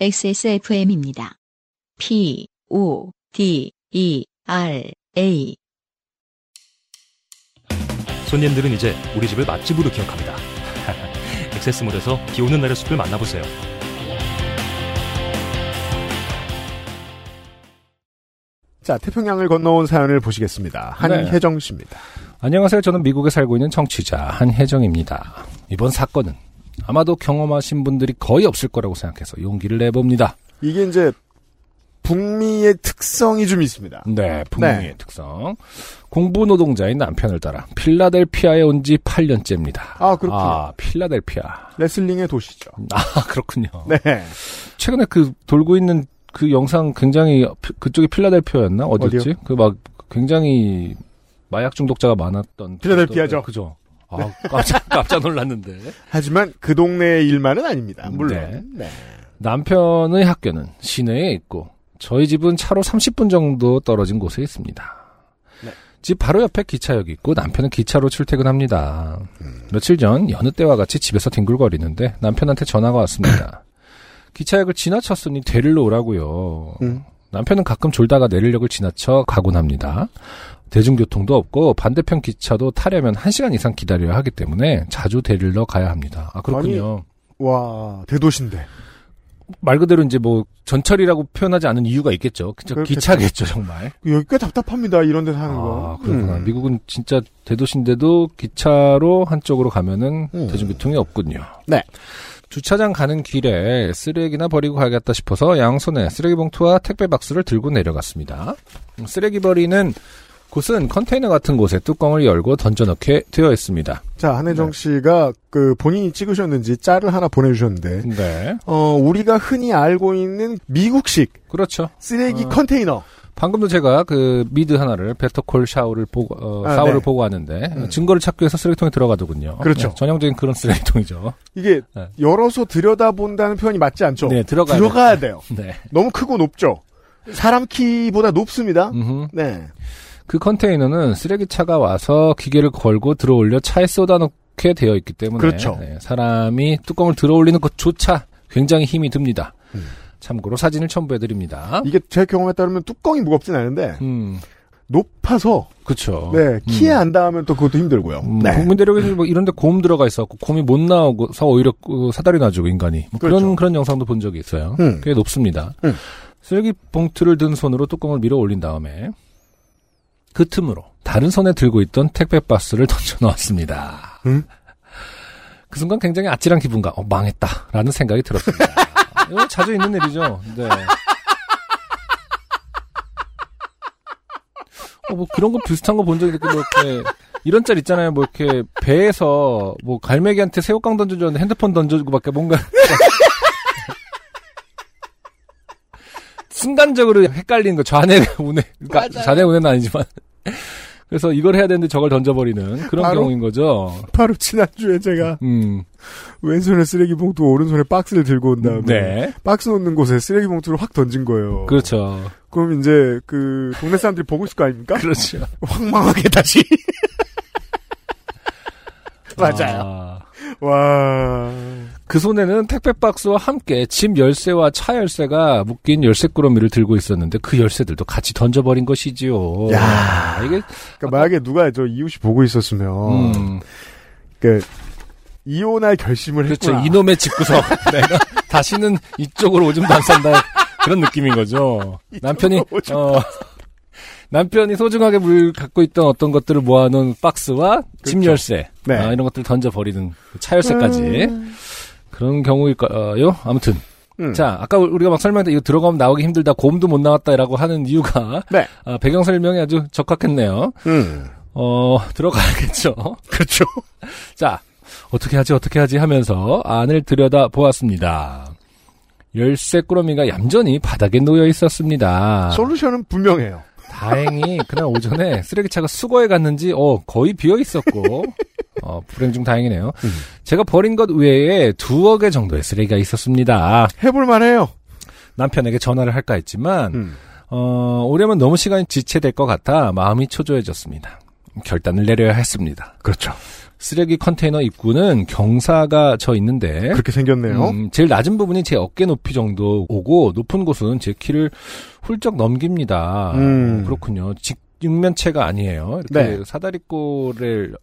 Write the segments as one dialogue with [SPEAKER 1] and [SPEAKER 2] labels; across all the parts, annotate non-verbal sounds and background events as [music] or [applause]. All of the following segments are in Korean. [SPEAKER 1] XSFM입니다. P, O, D, E, R, A.
[SPEAKER 2] 손님들은 이제 우리 집을 맛집으로 기억합니다. [laughs] 액세스몰에서 비 오는 날의 숲을 만나보세요.
[SPEAKER 3] 자, 태평양을 건너온 사연을 보시겠습니다. 한혜정
[SPEAKER 4] 네.
[SPEAKER 3] 씨입니다.
[SPEAKER 4] 안녕하세요. 저는 미국에 살고 있는 청취자 한혜정입니다. 이번 사건은 아마도 경험하신 분들이 거의 없을 거라고 생각해서 용기를 내봅니다.
[SPEAKER 3] 이게 이제 북미의 특성이 좀 있습니다.
[SPEAKER 4] 네, 분명히
[SPEAKER 3] 네.
[SPEAKER 4] 특성. 공부 노동자인 남편을 따라 필라델피아에 온 지 8년째입니다.
[SPEAKER 3] 아, 그렇군요. 아,
[SPEAKER 4] 아,
[SPEAKER 3] [laughs]
[SPEAKER 4] 필라델피아. 아,
[SPEAKER 3] 레슬링의 도시죠.
[SPEAKER 4] 그렇군요.
[SPEAKER 3] 네.
[SPEAKER 4] 최근에 그 돌고 있는 그 영상 굉장히 피- 그쪽이 필라델피아였나? 어디였지? 그 막 굉장히 마약 중독자가 많았던
[SPEAKER 3] 필라델피아죠.
[SPEAKER 4] 그죠? 아, 깜짝, [laughs] 깜짝 놀랐는데.
[SPEAKER 3] 하지만 그 동네의 일만은 아닙니다. 물론. 네.
[SPEAKER 4] 남편의 학교는 시내에 있고 저희 집은 차로 30분 정도 떨어진 곳에 있습니다.
[SPEAKER 3] 네.
[SPEAKER 4] 집 바로 옆에 기차역이 있고 남편은 기차로 출퇴근합니다. 며칠 전 여느 때와 같이 집에서 뒹굴거리는데 남편한테 전화가 [laughs] 왔습니다. 기차역을 지나쳤으니 데리러 오라고요.
[SPEAKER 3] 음.
[SPEAKER 4] 남편은 가끔 졸다가 내리력을 지나쳐 가곤 합니다. 대중교통도 없고 반대편 기차도 타려면 1시간 이상 기다려야 하기 때문에 자주 데리러 가야 합니다. 아 그렇군요.
[SPEAKER 3] 와, 대도시인데.
[SPEAKER 4] 말 그대로 이제 뭐 전철이라고 표현하지 않은 이유가 있겠죠. 그쵸?
[SPEAKER 3] 그렇겠죠.
[SPEAKER 4] 기차겠죠, 정말.
[SPEAKER 3] 여기 꽤 답답합니다. 이런 데 사는
[SPEAKER 4] 아,
[SPEAKER 3] 거.
[SPEAKER 4] 그렇구나.
[SPEAKER 3] 음.
[SPEAKER 4] 미국은 진짜 대도시인데도 기차로 한쪽으로 가면은
[SPEAKER 3] 음.
[SPEAKER 4] 대중교통이 없군요.
[SPEAKER 3] 네.
[SPEAKER 4] 주차장 가는 길에 쓰레기나 버리고 가야겠다 싶어서 양손에 쓰레기 봉투와 택배 박스를 들고 내려갔습니다. 음, 쓰레기 버리는 곳은 컨테이너 같은 곳에 뚜껑을 열고 던져넣게 되어 있습니다.
[SPEAKER 3] 자, 한혜정
[SPEAKER 4] 네.
[SPEAKER 3] 씨가 그 본인이 찍으셨는지 짤을 하나 보내주셨는데,
[SPEAKER 4] 네.
[SPEAKER 3] 어, 우리가 흔히 알고 있는 미국식
[SPEAKER 4] 그렇죠.
[SPEAKER 3] 쓰레기
[SPEAKER 4] 어.
[SPEAKER 3] 컨테이너.
[SPEAKER 4] 방금도 제가 그 미드 하나를 베터콜 샤오를 보고 어,
[SPEAKER 3] 아,
[SPEAKER 4] 샤오를
[SPEAKER 3] 네.
[SPEAKER 4] 보고 왔는데 어,
[SPEAKER 3] 음.
[SPEAKER 4] 증거를 찾기 위해서 쓰레기통에 들어가더군요.
[SPEAKER 3] 그렇죠.
[SPEAKER 4] 네, 전형적인 그런 쓰레기통이죠.
[SPEAKER 3] 이게
[SPEAKER 4] 네.
[SPEAKER 3] 열어서 들여다본다는 표현이 맞지 않죠?
[SPEAKER 4] 네, 들어가야
[SPEAKER 3] 들어가야 돼요.
[SPEAKER 4] 돼. 네.
[SPEAKER 3] 너무 크고 높죠. 사람 키보다 높습니다.
[SPEAKER 4] 음흠.
[SPEAKER 3] 네.
[SPEAKER 4] 그 컨테이너는 쓰레기차가 와서 기계를 걸고 들어올려 차에 쏟아놓게 되어 있기 때문에
[SPEAKER 3] 그렇죠.
[SPEAKER 4] 네, 사람이 뚜껑을 들어올리는 것조차 굉장히 힘이 듭니다.
[SPEAKER 3] 음.
[SPEAKER 4] 참고로 사진을 첨부해 드립니다.
[SPEAKER 3] 이게 제 경험에 따르면 뚜껑이 무겁진 않은데
[SPEAKER 4] 음,
[SPEAKER 3] 높아서
[SPEAKER 4] 그렇죠.
[SPEAKER 3] 네 키에
[SPEAKER 4] 음.
[SPEAKER 3] 안 닿으면 또 그것도 힘들고요.
[SPEAKER 4] 음,
[SPEAKER 3] 네.
[SPEAKER 4] 국민대륙에서 뭐 이런데 곰 들어가 있어갖고 곰이 못 나오고서 오히려 그 사다리 놔주고 인간이 뭐
[SPEAKER 3] 그렇죠.
[SPEAKER 4] 그런 그런 영상도 본 적이 있어요.
[SPEAKER 3] 음.
[SPEAKER 4] 꽤 높습니다.
[SPEAKER 3] 음.
[SPEAKER 4] 쓰레기 봉투를 든 손으로 뚜껑을 밀어 올린 다음에 그 틈으로 다른 손에 들고 있던 택배 박스를 [laughs] 던져 넣었습니다.
[SPEAKER 3] 음?
[SPEAKER 4] 그 순간 굉장히 아찔한 기분과 어, 망했다라는 생각이 들었습니다. 이거 자주 있는 일이죠. 네. 어, 뭐 그런 거 비슷한 거 본 적 있는데 뭐 이렇게 이런 짤 있잖아요. 뭐 이렇게 배에서 뭐 갈매기한테 새우깡 던져주는데 핸드폰 던져주고밖에 뭔가 순간적으로 헷갈리는 거 좌뇌 우뇌 그러니까 좌뇌 우뇌는 아니지만 그래서 이걸 해야 되는데 저걸 던져버리는 그런
[SPEAKER 3] 바로?
[SPEAKER 4] 경우인 거죠.
[SPEAKER 3] 바로 지난주에 제가
[SPEAKER 4] 음,
[SPEAKER 3] 왼손에 쓰레기 봉투 오른손에 박스를 들고 온 다음에
[SPEAKER 4] 네,
[SPEAKER 3] 박스 놓는 곳에 쓰레기 봉투를 확 던진 거예요.
[SPEAKER 4] 그렇죠,
[SPEAKER 3] 럼 이제 그 동네 사람들이 보고 있을 거 아닙니까?
[SPEAKER 4] 그렇죠.
[SPEAKER 3] 황망하게
[SPEAKER 4] [laughs]
[SPEAKER 3] 다시 맞아요.
[SPEAKER 4] 아,
[SPEAKER 3] 와
[SPEAKER 4] 그 손에는 택배 박스와 함께 집 열쇠와 차 열쇠가 묶인 열쇠 꾸러미를 들고 있었는데 그 열쇠들도 같이 던져버린 것이지요. 아,
[SPEAKER 3] 야.
[SPEAKER 4] 이게
[SPEAKER 3] 그러니까 만약에 누가 저 이웃이 보고 있었으면
[SPEAKER 4] 음,
[SPEAKER 3] 그 이혼할 결심을
[SPEAKER 4] 그렇죠.
[SPEAKER 3] 했구나. 네.
[SPEAKER 4] 이놈의
[SPEAKER 3] [laughs]
[SPEAKER 4] 집구석 내가 다시는 이쪽으로 오줌도 안 산다 그런 느낌인 거죠. 남편이
[SPEAKER 3] 오줌
[SPEAKER 4] 어, 남편이 소중하게 물 갖고 있던 어떤 것들을 모아놓은 박스와 집
[SPEAKER 3] 그렇죠.
[SPEAKER 4] 열쇠
[SPEAKER 3] 네.
[SPEAKER 4] 아, 이런 것들 을 던져 버리는 그 차 열쇠까지 그런 경우일까요? 아무튼
[SPEAKER 3] 음.
[SPEAKER 4] 자 아까 우리가 막 설명했다 이거 들어가면 나오기 힘들다 곰도 못 나왔다라고 하는 이유가
[SPEAKER 3] 네.
[SPEAKER 4] 아, 배경 설명이 아주 적합했네요.
[SPEAKER 3] 음.
[SPEAKER 4] 어 들어가야겠죠.
[SPEAKER 3] [laughs] 그렇죠.
[SPEAKER 4] 자, 어떻게 하지, 어떻게 하지 하면서 안을 들여다 보았습니다. 열쇠 꾸러미가 얌전히 바닥에 놓여 있었습니다.
[SPEAKER 3] 아. 솔루션은 분명해요.
[SPEAKER 4] 다행히 그날 오전에 쓰레기차가 수거해 갔는지 어 거의 비어 있었고 어 불행 중 다행이네요.
[SPEAKER 3] 음.
[SPEAKER 4] 제가 버린 것 외에 두어 개 정도의 쓰레기가 있었습니다.
[SPEAKER 3] 해볼만해요.
[SPEAKER 4] 남편에게 전화를 할까 했지만 어, 오려면 너무 시간이 지체될 것 같아 마음이 초조해졌습니다. 결단을 내려야 했습니다.
[SPEAKER 3] 그렇죠.
[SPEAKER 4] 쓰레기 컨테이너 입구는 경사가 져 있는데
[SPEAKER 3] 그렇게 생겼네요.
[SPEAKER 4] 음, 제일 낮은 부분이 제 어깨 높이 정도 오고 높은 곳은 제 키를 훌쩍 넘깁니다.
[SPEAKER 3] 음.
[SPEAKER 4] 어, 그렇군요. 직 육면체가 아니에요. 이렇게
[SPEAKER 3] 네.
[SPEAKER 4] 사다리꼴을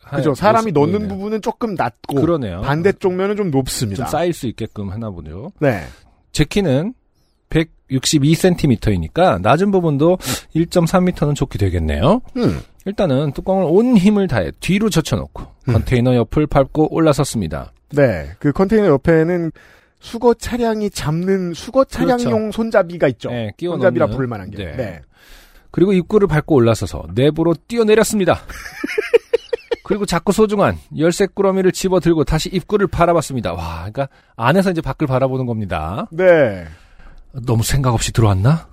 [SPEAKER 4] 하-
[SPEAKER 3] 그죠. 사람이
[SPEAKER 4] 모습
[SPEAKER 3] 넣는
[SPEAKER 4] 보이네요.
[SPEAKER 3] 부분은 조금 낮고
[SPEAKER 4] 아, 그러네요.
[SPEAKER 3] 반대쪽 면은 좀
[SPEAKER 4] 좀
[SPEAKER 3] 높습니다.
[SPEAKER 4] 쌓일 수 있게끔 하나 보네요.
[SPEAKER 3] 네.
[SPEAKER 4] 제 키는 162cm이니까 낮은 부분도 1.3m는 좋게 되겠네요.
[SPEAKER 3] 음.
[SPEAKER 4] 일단은 뚜껑을 온 힘을 다해 뒤로 젖혀놓고
[SPEAKER 3] 음.
[SPEAKER 4] 컨테이너 옆을 밟고 올라섰습니다.
[SPEAKER 3] 네. 그 컨테이너 옆에는 수거 차량이 잡는 수거 차량용
[SPEAKER 4] 그렇죠.
[SPEAKER 3] 손잡이가 있죠.
[SPEAKER 4] 네, 끼워
[SPEAKER 3] 손잡이라
[SPEAKER 4] 넣는.
[SPEAKER 3] 부를 만한 게.
[SPEAKER 4] 네.
[SPEAKER 3] 네.
[SPEAKER 4] 그리고 입구를 밟고 올라서서 내부로 뛰어내렸습니다.
[SPEAKER 3] [laughs]
[SPEAKER 4] 그리고 자꾸 소중한 열쇠꾸러미를 집어들고 다시 입구를 바라봤습니다. 와, 그러니까 안에서 이제 밖을 바라보는 겁니다.
[SPEAKER 3] 네.
[SPEAKER 4] 너무 생각 없이 들어왔나?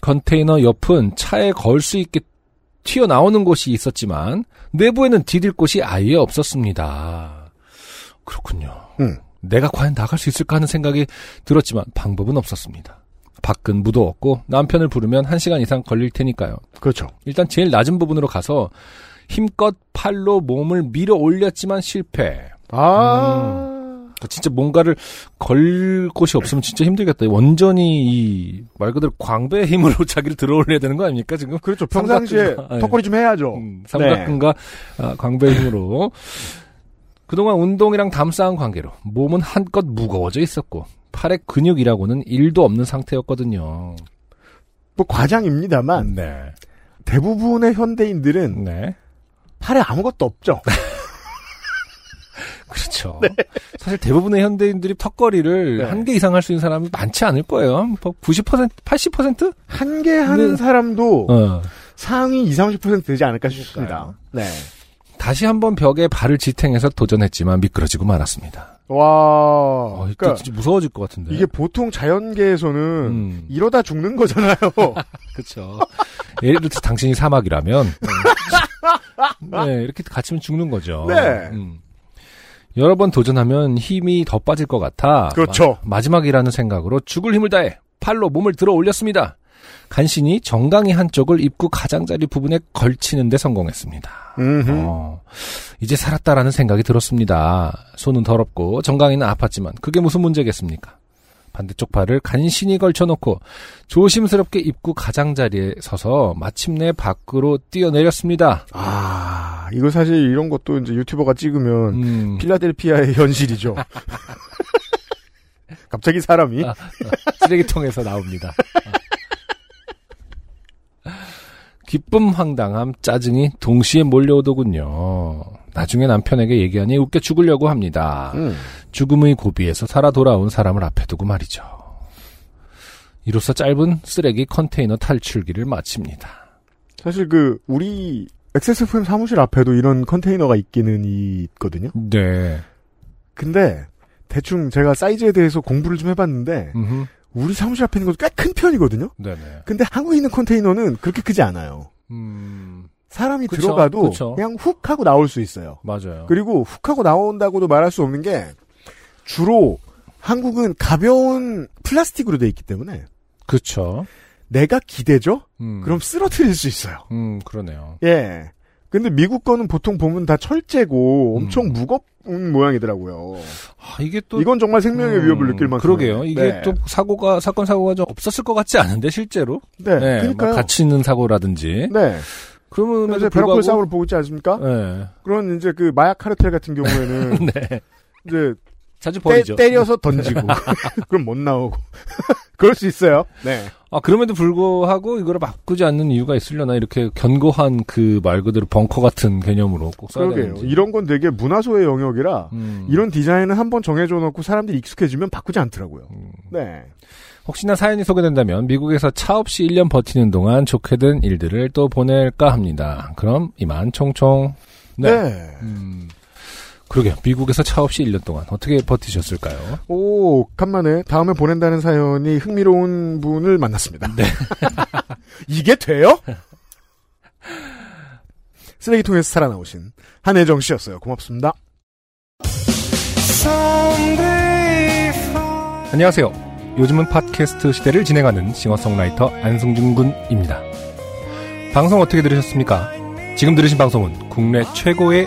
[SPEAKER 4] 컨테이너 옆은 차에 걸 수 있게 튀어나오는 곳이 있었지만 내부에는 디딜 곳이 아예 없었습니다. 그렇군요.
[SPEAKER 3] 음.
[SPEAKER 4] 내가 과연 나갈 수 있을까 하는 생각이 들었지만 방법은 없었습니다. 밖은 무더웠고 남편을 부르면 1시간 이상 걸릴 테니까요.
[SPEAKER 3] 그렇죠.
[SPEAKER 4] 일단 제일 낮은 부분으로 가서 힘껏 팔로 몸을 밀어 올렸지만 실패.
[SPEAKER 3] 아.
[SPEAKER 4] 그러니까 진짜 뭔가를 걸 곳이 없으면 진짜 힘들겠다. 완전히 이 말 그대로 광배의 힘으로 [laughs] 자기를 들어 올려야 되는 거 아닙니까 지금?
[SPEAKER 3] 그렇죠. 평상시에
[SPEAKER 4] 삼각지가- 네.
[SPEAKER 3] 턱걸이 좀 해야죠.
[SPEAKER 4] 음, 삼각근과 아, 광배의 힘으로 그동안 운동이랑 담쌓은 관계로 몸은 한껏 무거워져 있었고 팔의 근육이라고는 일도 없는 상태였거든요.
[SPEAKER 3] 뭐 과장입니다만
[SPEAKER 4] 네.
[SPEAKER 3] 대부분의 현대인들은
[SPEAKER 4] 네.
[SPEAKER 3] 팔에 아무것도 없죠.
[SPEAKER 4] 그렇죠. 사실 대부분의 현대인들이 턱걸이를
[SPEAKER 3] 네.
[SPEAKER 4] 한 개 이상 할 수 있는 사람이 많지 않을 거예요. 뭐 90%, 80%?
[SPEAKER 3] 한 개 하는
[SPEAKER 4] 네.
[SPEAKER 3] 사람도
[SPEAKER 4] 어.
[SPEAKER 3] 상위 20, 30% 되지 않을까 싶습니다. 네.
[SPEAKER 4] 다시 한번 벽에 발을 지탱해서 도전했지만 미끄러지고 말았습니다.
[SPEAKER 3] 와.
[SPEAKER 4] 어, 이때
[SPEAKER 3] 그러니까
[SPEAKER 4] 진짜 무서워질 것 같은데.
[SPEAKER 3] 이게 보통 자연계에서는
[SPEAKER 4] 음,
[SPEAKER 3] 이러다 죽는
[SPEAKER 4] [laughs]
[SPEAKER 3] 거잖아요.
[SPEAKER 4] 그렇죠. 예를 들어
[SPEAKER 3] [laughs]
[SPEAKER 4] 당신이 사막이라면 음, 네, 이렇게 갇히면 죽는 거죠.
[SPEAKER 3] 네.
[SPEAKER 4] 음. 여러 번 도전하면 힘이 더 빠질 것 같아.
[SPEAKER 3] 그렇죠.
[SPEAKER 4] 마, 마지막이라는 생각으로 죽을 힘을 다해 팔로 몸을 들어 올렸습니다. 간신히 정강이 한쪽을 입구 가장자리 부분에 걸치는데 성공했습니다.
[SPEAKER 3] 음흠.
[SPEAKER 4] 어, 이제 살았다라는 생각이 들었습니다. 손은 더럽고 정강이는 아팠지만 그게 무슨 문제겠습니까? 반대쪽 발을 간신히 걸쳐놓고 조심스럽게 입구 가장자리에 서서 마침내 밖으로 뛰어내렸습니다.
[SPEAKER 3] 아, 이거 사실 이런 것도 이제 유튜버가 찍으면 [laughs]
[SPEAKER 4] 음,
[SPEAKER 3] 필라델피아의
[SPEAKER 4] [laughs]
[SPEAKER 3] 현실이죠. 갑자기 사람이
[SPEAKER 4] 아. 쓰레기통에서 나옵니다. 어. 기쁨, 황당함, 짜증이 동시에 몰려오더군요. 나중에 남편에게 얘기하니 웃겨 죽으려고 합니다.
[SPEAKER 3] 음.
[SPEAKER 4] 죽음의 고비에서 살아 돌아온 사람을 앞에 두고 말이죠. 이로써 짧은 쓰레기 컨테이너 탈출기를 마칩니다.
[SPEAKER 3] 사실 그 우리 XSFM 사무실 앞에도 이런 컨테이너가 있기는 있거든요.
[SPEAKER 4] 네.
[SPEAKER 3] 근데 대충 제가 사이즈에 대해서 공부를 좀 해봤는데 우리 사무실 앞에 있는 것도 꽤 큰 편이거든요.
[SPEAKER 4] 네네.
[SPEAKER 3] 근데 한국에 있는 컨테이너는 그렇게 크지 않아요.
[SPEAKER 4] 음,
[SPEAKER 3] 사람이
[SPEAKER 4] 그쵸,
[SPEAKER 3] 들어가도
[SPEAKER 4] 그쵸.
[SPEAKER 3] 그냥 훅 하고 나올 수 있어요.
[SPEAKER 4] 맞아요.
[SPEAKER 3] 그리고 훅 하고 나온다고도 말할 수 없는 게 주로 한국은 가벼운 플라스틱으로 돼 있기 때문에
[SPEAKER 4] 그쵸.
[SPEAKER 3] 내가 기대죠?
[SPEAKER 4] 음,
[SPEAKER 3] 그럼 쓰러뜨릴 수 있어요.
[SPEAKER 4] 음, 그러네요.
[SPEAKER 3] 예. 근데 미국 거는 보통 보면 다 철제고 엄청
[SPEAKER 4] 음.
[SPEAKER 3] 무겁은 모양이더라고요.
[SPEAKER 4] 아, 이게 또.
[SPEAKER 3] 이건 정말 생명의
[SPEAKER 4] 음,
[SPEAKER 3] 위협을 느낄 만큼.
[SPEAKER 4] 그러게요. 이게
[SPEAKER 3] 네.
[SPEAKER 4] 또 사고가, 사건 사고가 좀 없었을 것 같지 않은데, 실제로.
[SPEAKER 3] 네.
[SPEAKER 4] 막
[SPEAKER 3] 그러니까요.
[SPEAKER 4] 갇히는 사고라든지.
[SPEAKER 3] 네.
[SPEAKER 4] 그러면.
[SPEAKER 3] 이제 베라콜 싸움을 보고 있지 않습니까?
[SPEAKER 4] 네.
[SPEAKER 3] 그런 이제 그 마약 카르텔 같은 경우에는
[SPEAKER 4] [laughs] 네.
[SPEAKER 3] 이제
[SPEAKER 4] 자주
[SPEAKER 3] 때,
[SPEAKER 4] 버리죠. [laughs]
[SPEAKER 3] 때려서 던지고 [laughs] 그럼 못 나오고 [laughs] 그럴 수 있어요. 네.
[SPEAKER 4] 아, 그럼에도 불구하고 이걸 바꾸지 않는 이유가 있으려나 이렇게 견고한 그 말 그대로 벙커 같은 개념으로 꼭 써야
[SPEAKER 3] 그러게요.
[SPEAKER 4] 되는지.
[SPEAKER 3] 이런 건 되게 문화소의 영역이라
[SPEAKER 4] 음.
[SPEAKER 3] 이런 디자인은 한번 정해줘 놓고 사람들이 익숙해지면 바꾸지 않더라고요.
[SPEAKER 4] 음.
[SPEAKER 3] 네.
[SPEAKER 4] 혹시나 사연이 소개된다면 미국에서 차 없이 1년 버티는 동안 좋게 된 일들을 또 보낼까 합니다. 그럼 이만 총총.
[SPEAKER 3] 네.
[SPEAKER 4] 음. 그러게요. 미국에서 차 없이 1년 동안 어떻게 버티셨을까요?
[SPEAKER 3] 오, 간만에 다음에 보낸다는 사연이 흥미로운 분을 만났습니다. 네. [laughs] 이게 돼요? 쓰레기통에서 살아나오신 한혜정 씨였어요. 고맙습니다.
[SPEAKER 4] 안녕하세요. 요즘은 팟캐스트 시대를 진행하는 싱어송라이터 안승준 군입니다. 방송 어떻게 들으셨습니까? 지금 들으신 방송은 국내 최고의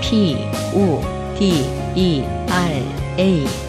[SPEAKER 1] P, O, D, E, R, A.